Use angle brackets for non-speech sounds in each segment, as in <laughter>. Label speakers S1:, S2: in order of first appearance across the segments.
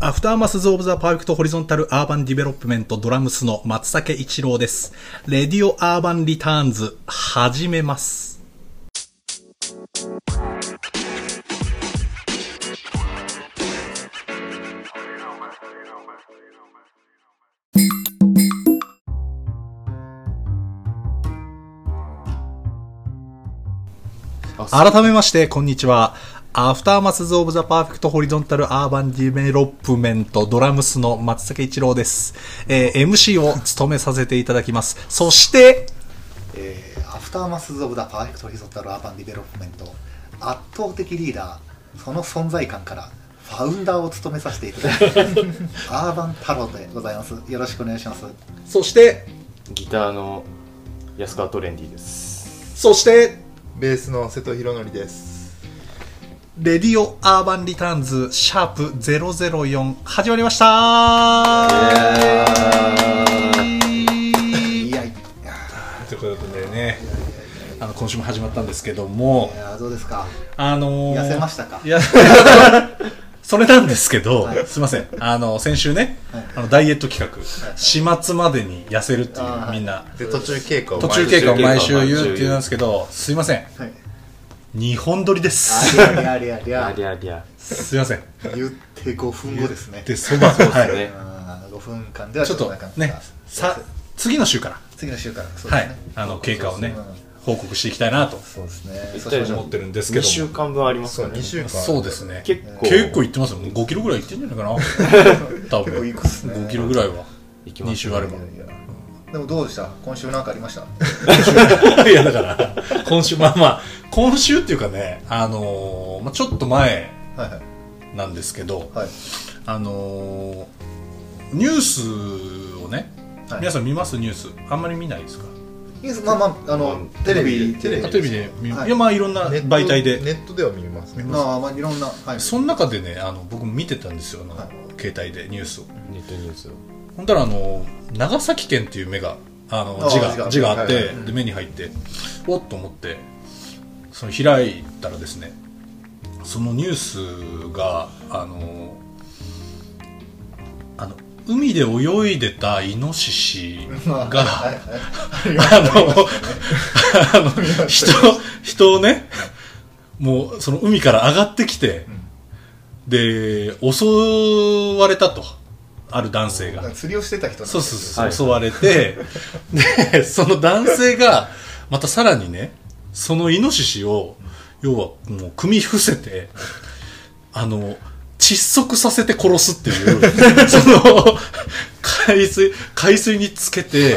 S1: アフターマスズ・オブ・ザ・パーフェクト・ホリゾンタル・アーバン・ディベロップメント・ドラムスの松竹一郎です。レディオ・アーバン・リターンズ、始めます。改めまして、こんにちは。アフターマスズ・オブ・ザ・パーフェクト・ホリゾンタル・アーバン・ディベロップメント・ドラムスの松竹一郎です。えー MC を務めさせていただきます。そして、
S2: えーアフターマスズ・オブ・ザ・パーフェクト・ヒゾタル・アーバン・ディベロップメント圧倒的リーダーその存在感からファウンダーを務めさせていただきますアーバン太郎でございますよろしくお願いします
S1: そして、
S3: ギターの安川トレンディです。
S1: そして、
S4: ベースの瀬戸弘則です
S1: レディオ・アーバン・リターンズ、シャープ004、始まりました
S2: いやい
S1: ということでね、あの今週も始まったんですけども、
S2: やどうですか
S1: あのー
S2: 痩せましたか
S1: いや、 <laughs> それなんですけど、
S2: はい
S1: すいません。あの、先週ね、
S2: はい
S1: あのダイエット企画、
S2: い
S1: 始末までに痩せるっていう、
S2: あーはい
S1: みんな、
S4: で途中経過を
S1: 途中経過を毎週
S3: 毎週
S1: 言うっていうんですけど、すいません。
S2: はい
S1: 日本撮りです。
S2: ありゃりゃり
S3: あ
S2: ゃり
S3: りゃりゃ。
S1: すいません。
S2: ゃ言って5分後ですね
S1: で、そば、は
S3: す
S1: い。
S3: ね
S2: あー5分間では
S1: ち
S2: ち
S1: ょ
S2: ょ
S1: っ
S2: っ
S1: と
S2: となかった
S1: ね、さ、次の週から、
S2: 次の週からそう
S1: は
S2: です
S1: い
S2: ね、
S1: あの、経過をね
S2: うん、
S1: 報告していきたいなと
S2: そうですね
S3: ぴったりじゃん
S1: 思ってるんですけ
S3: 2
S1: ど
S3: 週
S1: も。
S3: 間分あります
S4: そ
S3: か
S4: う
S3: らね
S4: 2。週間
S1: そうですね。
S3: 結構。
S1: 結構いってますよ。もう5キロぐらいいってんじゃ
S2: <laughs>
S1: ないかな。多
S2: 結構
S1: 分。
S2: いくっすね
S1: 5キロぐらいは。
S3: いきま
S1: 2
S3: す
S1: 週あれば。
S2: いやいやでもどうでした今週なんかありました
S1: <laughs> いやだから、今週、まあまあ、今週っていうかね、あのーまあ、ちょっと前
S2: はいはい
S1: なんですけど、
S2: はい
S1: あのーニュースをね、
S2: はい
S1: 皆さん見ますニュース。あんまり見ないですか
S2: いいですまあまああのテレビ
S4: テレビ
S1: あテレビで見る、、
S2: はいい
S1: や、まあいろんな
S4: ネット
S1: 媒体で。
S4: ネットでは見ますね
S2: まあまあいろんなはい
S1: その中でね、あの、僕見てたんですよ、あの
S2: はい
S1: 携帯でニュースを。
S3: ネットニュースを。
S1: ほんたらあの長崎県っていう目があの
S2: あー
S1: 字
S2: 字
S1: が
S2: が
S1: 字があって、
S4: はいはい
S1: で目に入っておっと思ってその開いたらですねそのニュースがあのあの海で泳いでたイノシシ
S2: ま <laughs> あ
S1: が、
S2: はいはい
S1: あの、あの、人、人をね、もう、その海から上がってきて、で、襲われたと。ある男性
S2: なん
S1: が
S2: か。釣りをしてた人なん
S1: そう
S2: です
S1: そう
S2: よ
S1: そう、
S3: はい
S1: 襲われ
S4: <laughs>
S1: て、で、その男性が、またさらにね、そのイノシシを、要はもう、組み伏せて、あの、窒息させて殺すって
S4: <laughs>
S1: いう、その、海水、海水につけて、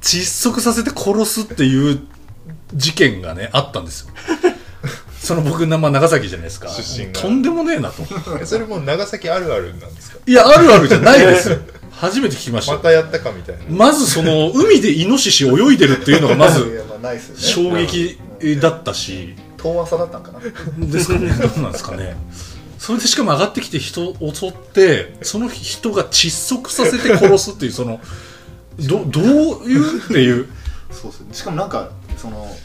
S1: 窒息させて殺すっていう事件がね、あったんですよ。その僕、まあ、長崎じゃないですか。
S4: 出身が
S1: とんでもねえなと。
S4: えそれもう長崎あるあるなんですか
S1: いや、あるあるじゃないですよ。初めて聞きました
S4: ま。たやったかみたいな
S1: まずその海でイノシシ泳いでるっていうのがま
S2: い
S1: ず
S2: やまあないっすよね
S1: 衝撃だったし、
S2: 遠浅だったんかな
S1: ですか <laughs> ね、どうなんですかね。それでしかも上がってきて人を襲って、その人が窒息させて殺すっていう、その、ど、どういうっていう。
S2: そうですねしかもなんかその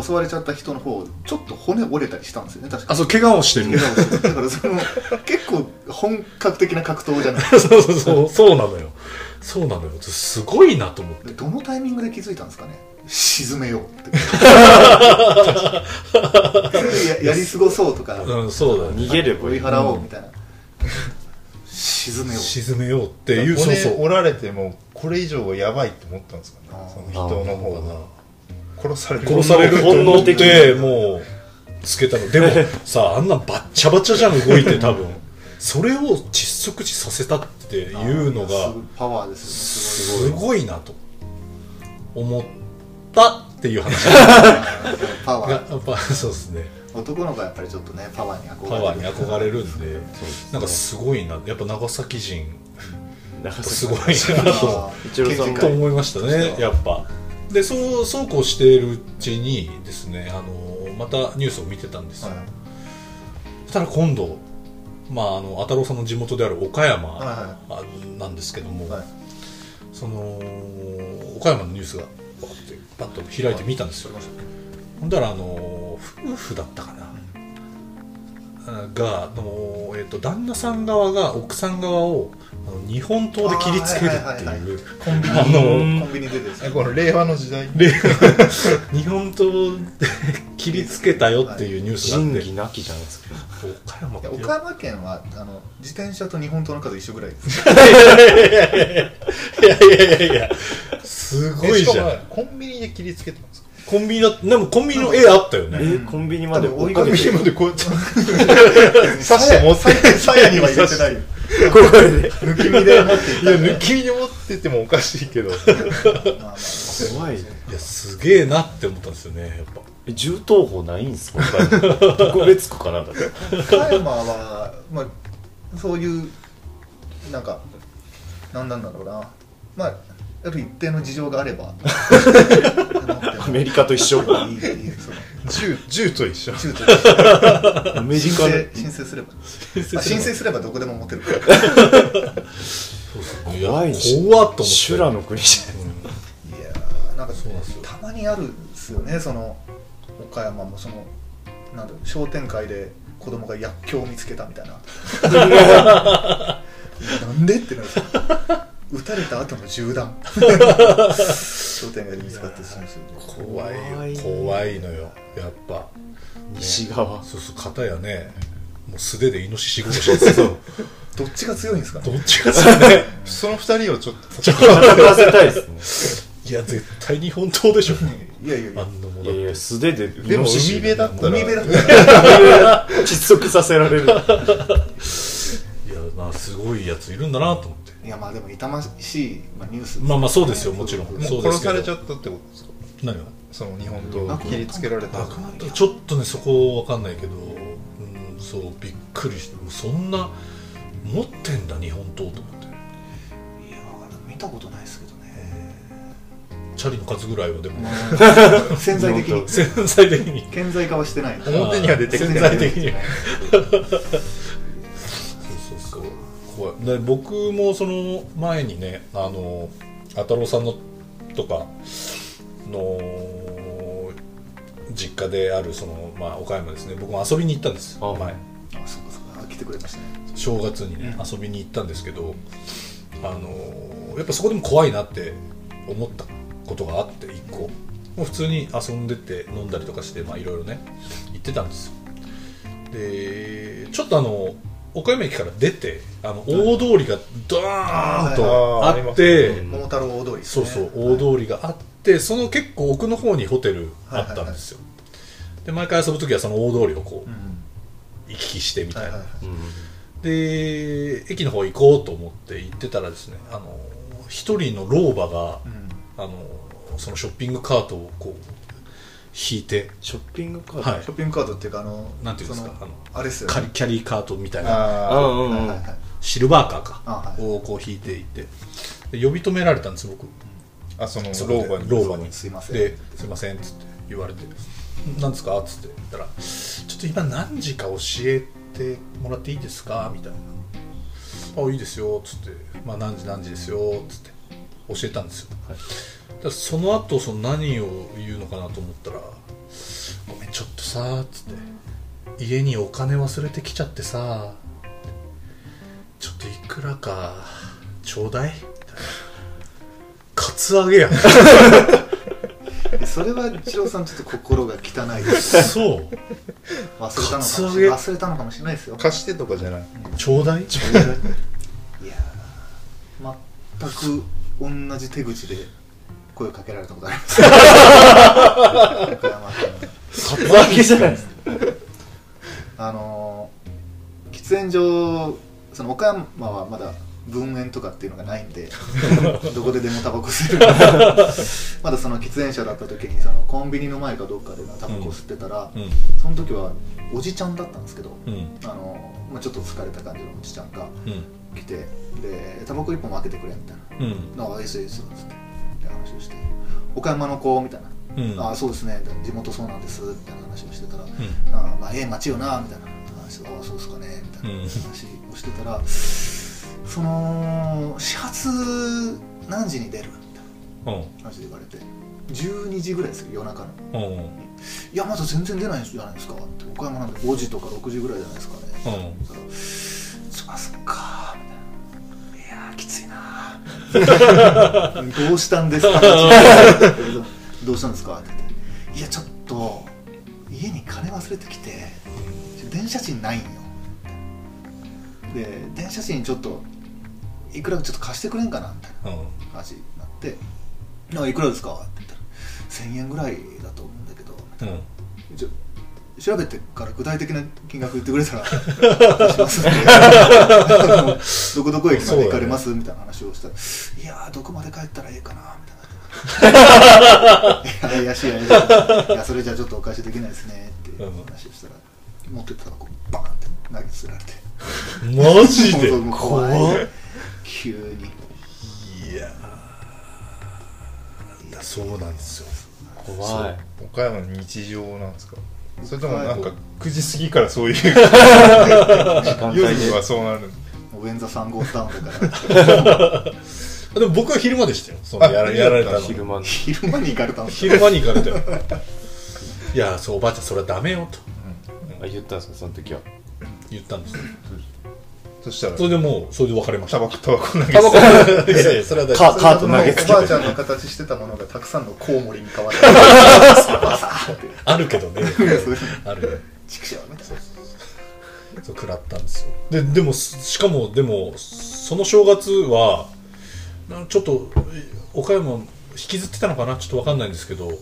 S2: 襲われちゃった人の方ちょっと骨折れたりしたんですよね確か
S1: あ、そう、怪我をして
S2: 怪
S1: る。
S2: 我をしてだからその結構本格的な格闘じゃない
S1: <laughs> そうそうそう、 <laughs> そうなのよ。そうなのよ。すごいなと思って。
S2: でどのタイミングで気づいたんですかね沈めようって
S1: <laughs>
S2: ややり過ごそうとか
S1: うん、そうだよね。
S3: 逃げれば
S2: 追
S3: い
S2: い
S3: い。
S2: 払おうみたいな、沈めよう
S1: 沈めようっていう、そう
S4: 骨
S1: そう。
S4: 折られてもこれ以上はやばいと思ったんですかね
S2: あー
S4: その人の方が殺される
S1: 殺されると
S3: 本
S1: 思
S3: 能
S1: っ
S3: 的
S1: てもうつけたの
S3: <laughs>
S1: でもさあんなバッチャバチャじゃん動いて多分それを窒息死させたっていうの
S2: あー
S1: が
S2: すごいパワーですよねす
S1: すごいなと思ったっていう話
S2: ごいパ
S1: が
S2: ワー
S1: やっぱそうですね
S2: 男の子はやっぱりちょっとねパワーに
S1: パワー
S2: 憧れ
S1: に
S2: て
S1: 憧れるんで
S3: す
S1: なんかすごいなやっぱ長崎人
S3: 長
S1: す
S3: 崎
S1: ごいなと
S2: あー
S3: 一郎さん
S2: 県人
S3: も
S1: と
S2: 会
S1: 思いましたねやっぱでそうそうこうしているうちにですねあのまたニュースを見てたんですよ、
S2: はい
S1: そしたら今度、まあ、あの太郎さんの地元である岡山
S2: はいはい
S1: あなんですけども、
S2: はい
S1: その岡山のニュースがバッてパッと開いて見たんですよ、ほんだらあの夫婦だったかな、があの、えっと旦那さん側が奥さん側をあの日本刀で切りつける
S2: あーは
S1: って
S2: いはいはい
S1: いう
S2: コンビニ
S1: あの
S2: コンビニでです
S4: え
S2: ね
S4: この令和の時代
S1: で日本刀で切りつけたよっていうニュース
S3: 仁
S1: があっ
S3: 義なきじゃないですか
S1: て岡山っ
S2: い
S1: て
S2: や岡山県はあの自転車と日本刀の数一緒ぐらいです
S1: いやいやいやいやすごい
S4: えし
S1: じ
S4: か
S1: ゃん
S4: もコンビニで切りつけたんですか
S1: コンビニだでもコンビニの絵あったよ
S3: え
S1: ね
S2: うん
S3: ーコンビニまで追い
S4: コ
S3: か
S4: ン
S3: け
S4: ビ
S3: て
S4: ニまでこうやって刺して
S2: 鞘
S4: 持って
S2: 鞘には入れてない
S3: ここで
S2: 抜き身で持ってい
S4: いや抜き身に持っててもおかしいけど
S2: まあまあ
S3: 怖い
S1: いやすげえなって思ったんですよねやっぱ
S3: え銃刀法ないんですか他に特別区かなんだって
S2: 岡山は、まあ、そういうなんかなんなんだろうなまあある一定の事情があれば
S3: <laughs> アメリカと一緒
S2: いい
S3: ア
S2: いいその
S4: 銃銃と一緒
S2: 中途で
S3: メリ
S2: 申
S3: カ
S2: 請
S3: の
S2: 申請すれば
S1: 申
S2: あ申請すればどこでも持てるから
S3: 怖いし
S1: 怖っと思って
S3: 修羅の国じゃない
S2: いやーなんか
S1: そうなんですよ
S2: たまにあるんですよねその岡山もそのなんだろう商店街で子供が薬莢を見つけたみたいな <laughs> なんでってなるんですよ撃たれた後の銃弾商店街で見つかってしまうんですよね
S1: 怖
S3: 怖
S1: い
S3: い
S1: よ怖いのよやっぱ
S3: 西側
S1: そうそう片やねもう素手でイノシシ殺しですけど
S2: どっちが強いんですかね
S1: どっちがそうね
S4: その二人をちょっと
S3: 戦わせたいです
S1: いや絶対日本刀でしょ
S2: いやいやい
S1: あ
S2: や
S1: んなもの
S3: ねい
S1: だ
S3: や
S1: っ
S3: いや
S1: て
S3: 素手で
S4: でも海辺だったら
S2: 海辺だった
S3: <laughs> 窒息させられる
S1: いやまあすごいやついるんだなと思って
S2: いやまあでも痛ましい、まあ、ニュースですね
S1: まあまあそうですよもちろん
S2: そう
S4: もう殺されちゃったってことですか
S1: 何が
S4: その日本刀を切りつけられた
S1: なくなったちょっとねそこわかんないけどうんそうびっくりしてそんな持ってんだ日本刀と思って
S2: いや見たことないですけどね
S1: チャリの数ぐらいはでも
S2: 潜在
S1: <laughs>
S2: 的に
S1: 潜在的に
S2: 顕在化はしてない
S4: 表には出て
S1: こない潜在的にそうそうそう怖いで僕もその前にねあのあたろうさんのとかの実家であるその、まあ、岡山ですね僕も遊びに行ったんです
S3: あ
S1: 前
S2: あそうかそうか来てくれましたね
S1: 正月にね、
S2: うん
S1: 遊びに行ったんですけどあのやっぱそこでも怖いなって思ったことがあって一個もう普通に遊んでて飲んだりとかしてまあいろいろね行ってたんですよでちょっとあの岡山駅から出てあの大通りがドーンとあ
S4: はいはいはいあーあり
S1: っ
S4: ます
S1: て、
S3: ね
S2: 桃太郎大通りです
S1: そう
S2: ね
S1: そう
S2: はい
S1: 大通りがあって、その結構奥の方にホテルあったんですよ、で毎回遊ぶ時はその大通りをこ
S2: う
S1: うん行き来してみたい
S2: は
S1: な、
S2: いはいはい
S1: で駅の方行こうと思って行ってたらですねあの一人の老婆が
S2: うん
S1: あのそのショッピングカートをこう引いて
S3: ショッピングカー
S1: は
S3: ト
S1: い
S2: ショッピングカードっていうかあの
S1: なんていうんですか
S2: その
S1: あ
S2: あれですよ
S1: カリ
S2: ね
S1: キャリーカートみたいな
S4: あ
S3: うん
S2: はい
S3: うん
S2: は
S3: う
S2: い
S3: ん
S2: はい
S1: シルバーカーか
S2: あはい
S1: をこう引いていてで呼び止められたんです僕
S4: ーあその
S1: そこ
S4: 老
S1: で
S4: 婆に
S1: 老婆に
S2: すいません
S1: で「すいません」っつって言われて「なんですか?」っつって言ったら「ちょっと今何時か教えてもらっていいですか?」みたいな「あいいですよ」っつって「まあ、何時何時ですよ」っつって教えたんですよ、
S3: はい
S1: だからその後その何を言うのかなと思ったら「ごめんちょっとさ」っつって「家にお金忘れてきちゃってさちょっといくらかちょうだい」みたいなカツアゲやん
S2: でそれは一郎さんちょっと心が汚い
S1: <laughs>
S2: です
S1: そう
S2: 忘れたの
S1: カ
S2: かもし
S1: ツア
S2: れ
S1: ゲ
S2: ない忘れたのかもしれないですよ
S4: 貸してとかじゃない
S1: ちょうだい
S2: いやー全く同じ手口で声をかけられたことありま
S1: <laughs>
S2: す岡山県の
S3: カツアゲじゃないですか
S2: あのー喫煙所その岡山はまだ分煙とかっていうのがないん
S1: <laughs>
S2: でどこででもタバコ吸えるから
S1: <laughs>
S2: まだその喫煙者だった時にそのコンビニの前かどっかでタバコ吸ってたら、
S1: うん
S2: その時はおじちゃんだったんですけど、
S1: うん
S2: あのーまあ、ちょっと疲れた感じのおじちゃんが
S1: うん
S2: 来てでタバコ一本分けてくれみたい
S1: う
S2: な
S1: ん
S2: 「ああいいっすよいいっすよ」つってで話をして「岡山の子」みたいな
S1: う
S2: 「
S1: ん
S2: ああそうですね」地元そうなんです」みたいな話をしてたら
S1: うん
S2: あまあ、ええ街よなみたいな話ああそうっすかねみたいな話をしてたら、その始発何時に出るみたい
S1: うん
S2: な話で言われて12時ぐらいですよ夜中の
S1: うんうん
S2: いやまだ全然出ないじゃないですかって岡山なんで5時とか6時ぐらいじゃないですかね、
S1: うん
S2: そますかみたいないやーきついなーどうしたんですかどうしたんですかって言っていやちょっと家に金忘れてきて電車賃ないんよで電車賃ちょっといくらかちょっと貸してくれんかなみたいな
S1: うん
S2: 話になって「なんかいくらですか?」って言ったら「1000円ぐらいだと思うんだけど」
S1: うん
S2: ちょ調べてから具体的な金額言ってくれた
S1: <laughs>
S2: ら出しますんであのどこどこ駅まで行かれます、みたいな話をし
S1: <laughs>
S2: たらいやーどこまで帰ったらいいかなみたいないや怪しい怪し <laughs> いいやそれじゃちょっとお返しできないですねっていう話をしたら、持ってったらこうバーンって投げつられて
S1: マジ
S2: <laughs>
S1: で
S2: もうもう
S1: 怖
S2: 怖
S1: い
S2: い
S1: い
S2: 急に
S1: やーだそうなんですよ
S3: 怖い
S4: 岡山の日常なんですかそれとも
S2: 岡
S4: な
S2: 山
S4: んか9時過ぎからそういう夜
S3: 時間帯で
S4: にはそうなる
S2: お便座3号タウンだか
S1: で
S2: ら
S1: も僕は昼間でしたよそのやら
S4: あ
S1: やられたの
S3: 昼間の
S2: 昼間に行かれたんですよ
S1: 昼間に行かれたよ <laughs> いやそうおばあちゃんそれはダメよと
S3: あ言ったんですかその時は
S1: 言ったんですよ
S4: そしたら
S1: それでもうそれで別れました
S4: タバコタバコ投げて
S1: タバコい <laughs> やいやそれは大丈
S3: カカート投げつ
S2: お
S3: け
S2: ばあ
S3: て
S2: ちゃんの形してたものがたくさんのコウモリに変わってバサーって
S1: 夫あるけど <laughs> ね
S2: そう
S1: あるね
S2: 畜生みたい
S1: そう食らったんですよででもすしかもでもその正月はなちょっとえ岡山引きずってたのかなちょっと分かんないんですけど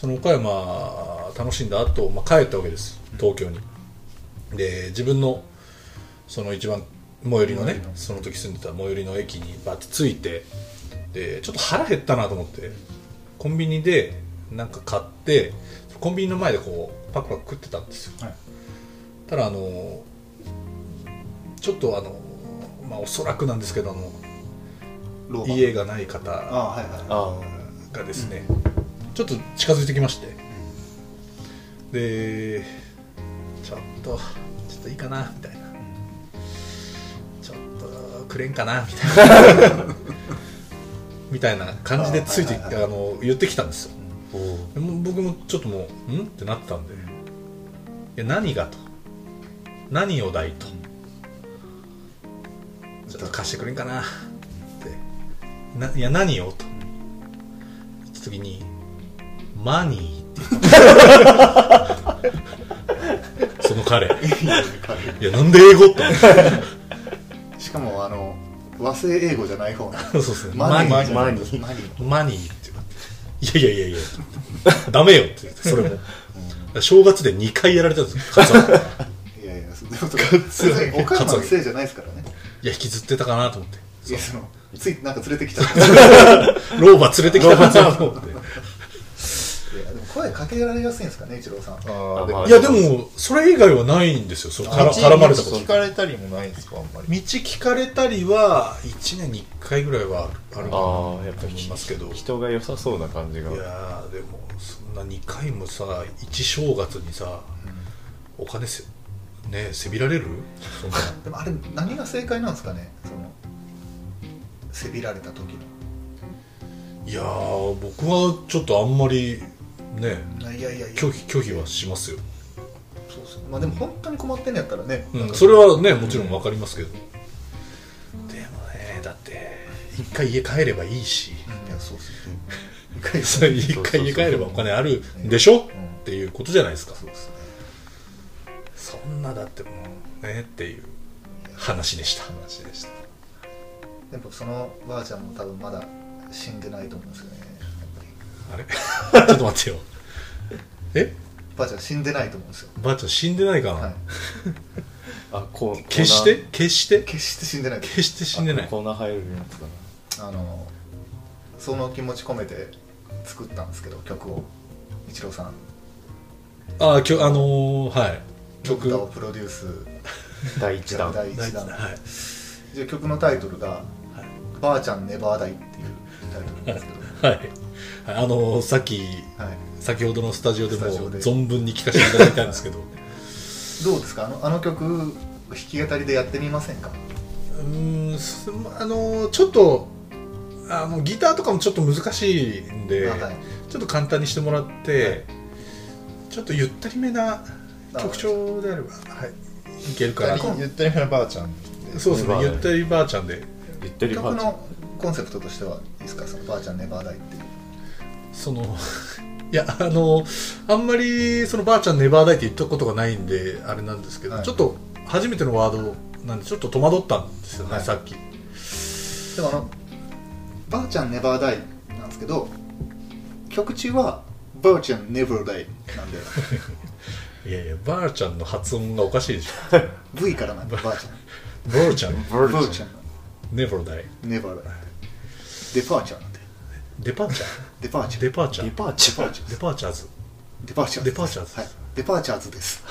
S1: その岡山楽しんだ後、まあ帰ったわけです東京にで自分のその一番最寄りのねその時住んでた最寄りの駅にバッて着いてでちょっと腹減ったなと思ってコンビニでなんか買ってコンビニの前でこうパクパク食ってたんですよ
S2: な、はい、
S1: ただあのちょっとあのまあおそらくなんですけどあの
S2: 老婆
S1: 家がない
S2: あ
S1: 方
S2: あはいはい
S3: あ
S1: がですねちょっと近づいてきましてでちょっとちょっといいかなみたいなちょっとくれんかなみたいな
S2: <laughs>
S1: みたいな感じでついて
S2: あ
S1: あ
S2: はいはい
S1: の言ってきたんですよ
S3: おお
S1: でもう僕もちょっともう「ん?」ってなったんで「いや何が?」と「何をだい?」と「ちょっと貸してくれんかな」って「ないや何を?」とそした時に「マニー」って言
S2: <laughs>
S1: ったその彼いやなんで英語って思った
S2: しかもあの和製英語じゃない方な
S1: のそうですね
S2: マニ
S1: マ
S2: ー
S1: ニ
S2: じ
S1: ー
S2: ゃない
S3: マニー
S2: マニー
S1: マニーって言われていやいやいやいやダメよって言ってそれも正月で2回やられたんですよカツアゲ
S2: いやいやそでもそれ別に岡山のせいじゃないですからね
S1: いや引きずってたかなと思って
S2: いやそのついなんか連れてきちゃ <laughs> った
S1: 老婆連れてきたかなと思って
S2: いやでも声かけられやすいんですかね一郎さん
S4: あー
S3: あ
S4: で
S3: ま
S4: も
S3: あ
S1: いやでもそれ以外はないんですよそのから絡まれたこと
S4: 聞かれたりもないんですかあんまり
S1: 道聞かれたりは1年に1回ぐらいはあるかなと
S3: ああやっぱ
S1: 思いますけどい
S3: 人が良さそうな感じが
S1: やーでもそんな2回もさ一正月にさお金せねえせびられるそんな
S2: でもあれ何が正解なんですかねそのせびられた時
S1: いやー僕はちょっとあんまりね
S2: のいやいやいや
S1: 拒否拒否はしますよ、
S2: そうそうまあでも本当に困ってんのやったらね、
S1: う
S2: なん
S1: ん、
S2: か
S1: それはねもちろん分かりますけど、でもねだって一回家帰ればいいし
S2: うんいやそうですね一回
S1: <laughs> それ一回家帰ればお金あるんでしょっていうことじゃないですか
S2: そうですね
S1: そんなだってもうねっていう話でした
S4: 話でした
S2: やっぱそのばあちゃんも多分まだ死んでないと思うんですよねやっぱり
S1: あれ <laughs> ちょっと待ってよえ
S2: ばあちゃん死んでないと思うんですよ、
S1: ばあちゃん死んでないかな、
S2: はい、
S3: あこうコーナー
S1: 決して決して
S2: 決して死んでない
S1: 決して死んでない
S3: コーナー入るやつだな
S2: あのその気持ち込めて作ったんですけど曲を一郎さん
S1: ああきょあのー、はい曲
S2: 歌をプロデュース
S3: 第一弾
S2: 第
S1: 大
S2: 1
S1: 事だ
S2: 弾
S1: なはい
S2: で曲のタイトルが「ばあちゃんネバーダイ」っていうタイトルなんですけど
S1: はい、はい、あのー、さっき
S2: はい、
S1: 先ほどのスタジオでも
S2: スタジオで
S1: 存分に聞かせていただいたんです
S2: <laughs>
S1: けど
S2: どうですかあのあの曲弾き語りでやってみませんか
S1: うーんすあのーちょっとあのギターとかもちょっと難しいんで、
S2: あはい
S1: ちょっと簡単にしてもらって、ちょっとゆったりめな曲調であれば、はい、いけるか
S4: 二
S1: ら
S4: 人ゆったりめなばあちゃんで
S1: そうですね
S3: ネバー
S1: ゆったりばあちゃんで
S3: ゆってりばあ
S2: 曲
S3: ちゃん
S2: のコンセプトとしてはいいですかそのばあちゃんネバーダイっていう
S1: その <laughs> いやあのあんまりそのばあちゃんネバーダイって言ったことがないんであれなんですけど、
S2: はい
S1: ちょっと初めてのワードなんでちょっと戸惑ったんですよね、
S2: はい
S1: さっき
S2: でもあのばあちゃんネバーダイなんですけど曲中はばあちゃんネバーダイなんで <laughs>
S1: いやいやばあちゃんの発音がおかしいでしょ
S2: V からなんでばあちゃん
S1: ばあち
S2: <laughs>
S1: ゃん
S3: バ
S2: ばあ
S3: ージ
S2: ち
S3: ョ
S2: ゃ
S3: ン
S2: ん
S1: ネバーダイ
S2: ネバーダイデパーチャーなんで
S1: デパーチャ
S2: デパーチ
S1: ー
S2: ャー
S1: デパーチャ
S3: デ
S1: ー
S3: パーチャー
S1: デパーチャーズ
S2: デパーチャーズ
S1: デパーチャーズ
S2: はいデパーチャーズです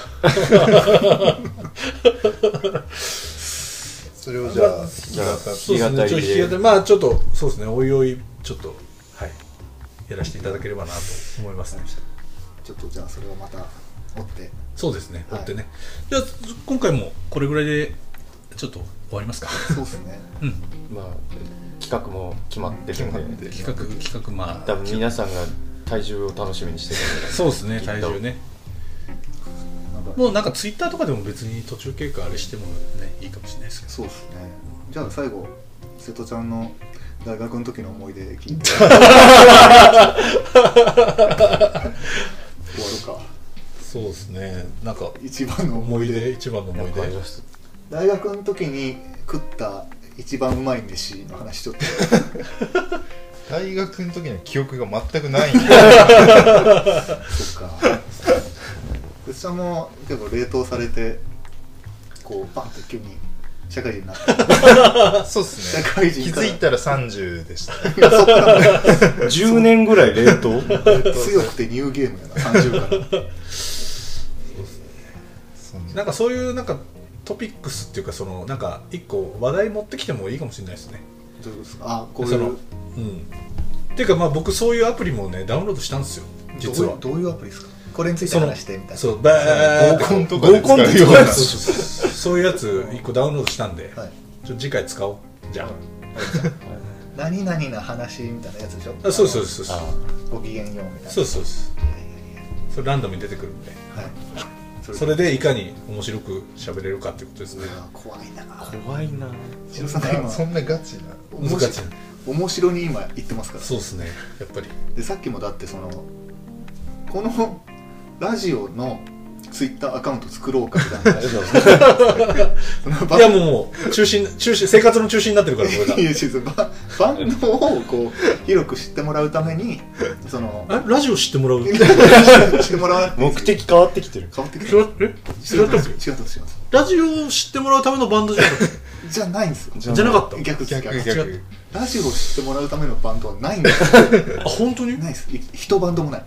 S2: <laughs>
S4: それをじゃあ
S3: じゃあ
S1: そうです
S3: 弾
S1: ね
S3: き
S1: ち
S3: 語
S1: ょ
S3: り
S1: っ
S3: で
S1: と弾き語りまあちょっとそうですねおいおいちょっとはいやらせていただければなと思いますね
S2: ちょっとじゃあそれをまた追って
S1: そうですね、追
S2: はい
S1: ってねじゃあ今回もこれぐらいでちょっと終わりますか <laughs>
S2: そうですね
S1: うん
S3: まあ企画も決まってる
S4: 決まっ
S3: ん
S4: て
S3: で
S4: る
S1: 企画企画ま
S3: 多
S1: あ
S3: 分皆さんが体重を楽しみにしてる
S1: そうですね
S3: きっと
S1: 体重ね
S2: なんか
S1: もうなんかツイッターとかでも別に途中経過あれしてもねいいかもしれないですけど
S2: そうですねじゃあ最後瀬戸ちゃんの大学の時の思い出聞いて終わるか
S1: そうですねなんか
S2: 一番の思
S1: 思
S2: い
S1: い
S2: 出
S1: 出一番の
S3: な
S1: 思
S3: ん
S1: い
S3: かあり
S1: 出
S3: ます
S2: 大学の時に食った一番うまい飯の話ちょっと
S4: 大学の時の記憶が全く
S1: <laughs>
S4: ないんで
S2: そっか私はもう結構冷凍されてこうパンと急に社会人に
S1: <laughs>
S2: なった
S4: そうっすね
S2: 社会
S4: 気
S2: 人から
S4: づいたら30でしたね
S3: 10年ぐらい冷凍
S2: 強くてニューゲームやな30から
S4: そんな
S1: なんかそういうなんかトピックスっていうかそのなんか一個話題持ってきてもいいかもしれないですね
S2: どういうことですかあこうい
S1: そうのうんっていうかまあ僕そういうアプリもねダウンロードしたんですよ実は
S2: どういうどういうアプリですかこれについて
S1: その
S2: 話してみたいな
S1: そうバーって
S4: 合コンとかで使う
S1: 合コンで
S4: ような
S1: そうそうそうそういうやつ一個ダウンロードしたんで、
S2: はい
S1: ちょっと次回使おうじゃあ
S2: 何々な話みたいなやつでしょ
S1: あそうですそうですそう
S3: あ
S2: あのご機嫌ようみたいな
S1: ですそうですそうです
S2: いやいやいや
S1: それランダムに出てくるんで
S2: はい
S1: それでいかに面白く喋れるかってことです
S2: う
S1: ね
S2: わ怖いな
S3: 怖いな
S2: 千代さんが今
S4: そんなガチな
S2: 面
S1: 難しい
S2: 白面白に今言ってますから
S1: そうですねやっぱり
S2: でさっきもだってそのこのラジオのツイッターアカウント作ろうかみたい
S3: <laughs>
S2: なそのバ
S1: いやもう中心中心生活の中心になってるからこ
S2: <laughs>
S1: れが
S2: いや違うババンドをこう広く知ってもらうためにその
S1: <laughs> あラジオ知ってもらう
S2: 知ってもらわなくていい
S3: 目的変わってきてる
S2: 変わってくる
S1: 違うえ
S2: 違
S1: 違
S2: う
S1: っ
S2: と
S1: たっ
S2: 違
S1: け
S2: うと違う
S1: ラジオを知ってもらうためのバンドじゃなか
S2: <laughs>
S1: っ
S2: とじゃないんですよ
S1: たじゃなかった
S2: 逆です
S4: 逆
S2: 逆
S1: 違
S4: 逆
S1: う
S2: ラジオを知ってもらうためのバンドはないんです
S1: あ本当に
S2: ないですい一バンドもない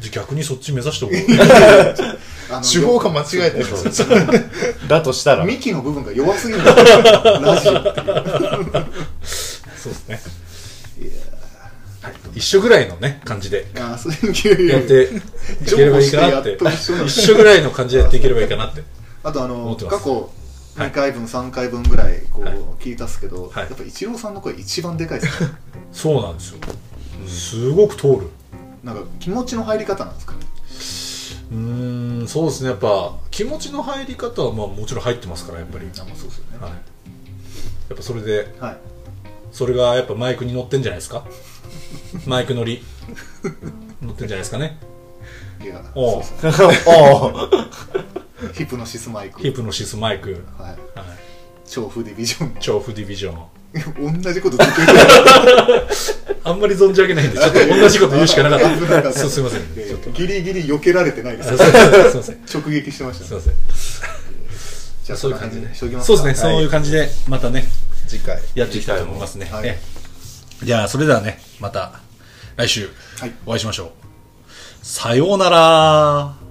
S1: じゃあ逆にそっち目指しておこ
S2: あの
S4: 手法が間違えてる
S3: だとしたら <laughs>
S2: ミキの部分が弱すぎるんだよラジオっていう
S1: うそうですね
S2: いや
S1: 一緒ぐらいのね感じで
S2: ーあーそういう
S1: やっていければいいかなって
S2: 譲歩してやっと一緒なの
S1: 一緒ぐらいの感じでやっていければいいかなって
S2: あとあの
S1: 思ってます
S2: 過去
S1: はい
S2: 2回分、3回分ぐらいこう
S1: はい
S2: 聞いたっすけど、
S1: はい
S2: やっぱイチローさんの声一番でかいですね
S1: <laughs> そうなんですよすごく通る
S2: なんか気持ちの入り方なんですか
S1: うーんそうですねやっぱ気持ちの入り方はまあもちろん入ってますからやっぱり、
S2: あまあそうですよね
S1: はい
S2: は、
S1: やっぱそれで
S2: い、
S1: それがやっぱマイクに乗ってんじゃないですかマイク乗り乗ってんじゃないですかね
S2: い、や
S1: お
S2: そううですね
S3: あ
S2: ヒプノシスマイク
S1: ヒプノシスマイク、
S2: はい、
S1: はい、
S2: 調布ディビジョン <laughs>
S1: 調布ディビジョン
S2: 同じことずっと言ってる
S1: あんまり存じ上げ
S2: <laughs>
S1: ないんでちょっと同じこと言うしかなかっ
S2: 危なか <laughs> った
S1: <laughs> たそうすいません
S2: いやい
S1: ちょ
S2: や
S1: っと
S2: ギリギリ避けられてないです
S1: すいませんすいません
S2: 直撃してまし
S1: す
S2: た
S1: いま
S2: ね
S1: せん
S2: じゃあ
S1: そういう感じで
S2: この辺にし
S1: そ
S2: と
S1: う
S2: き
S1: で
S2: ますか
S1: ね、そういう感じでまたね
S4: 次回
S1: やっていきたいと思いますね、
S2: はい
S1: ええじゃあそれではねまた来週
S2: はい
S1: お会いしましょう、さようなら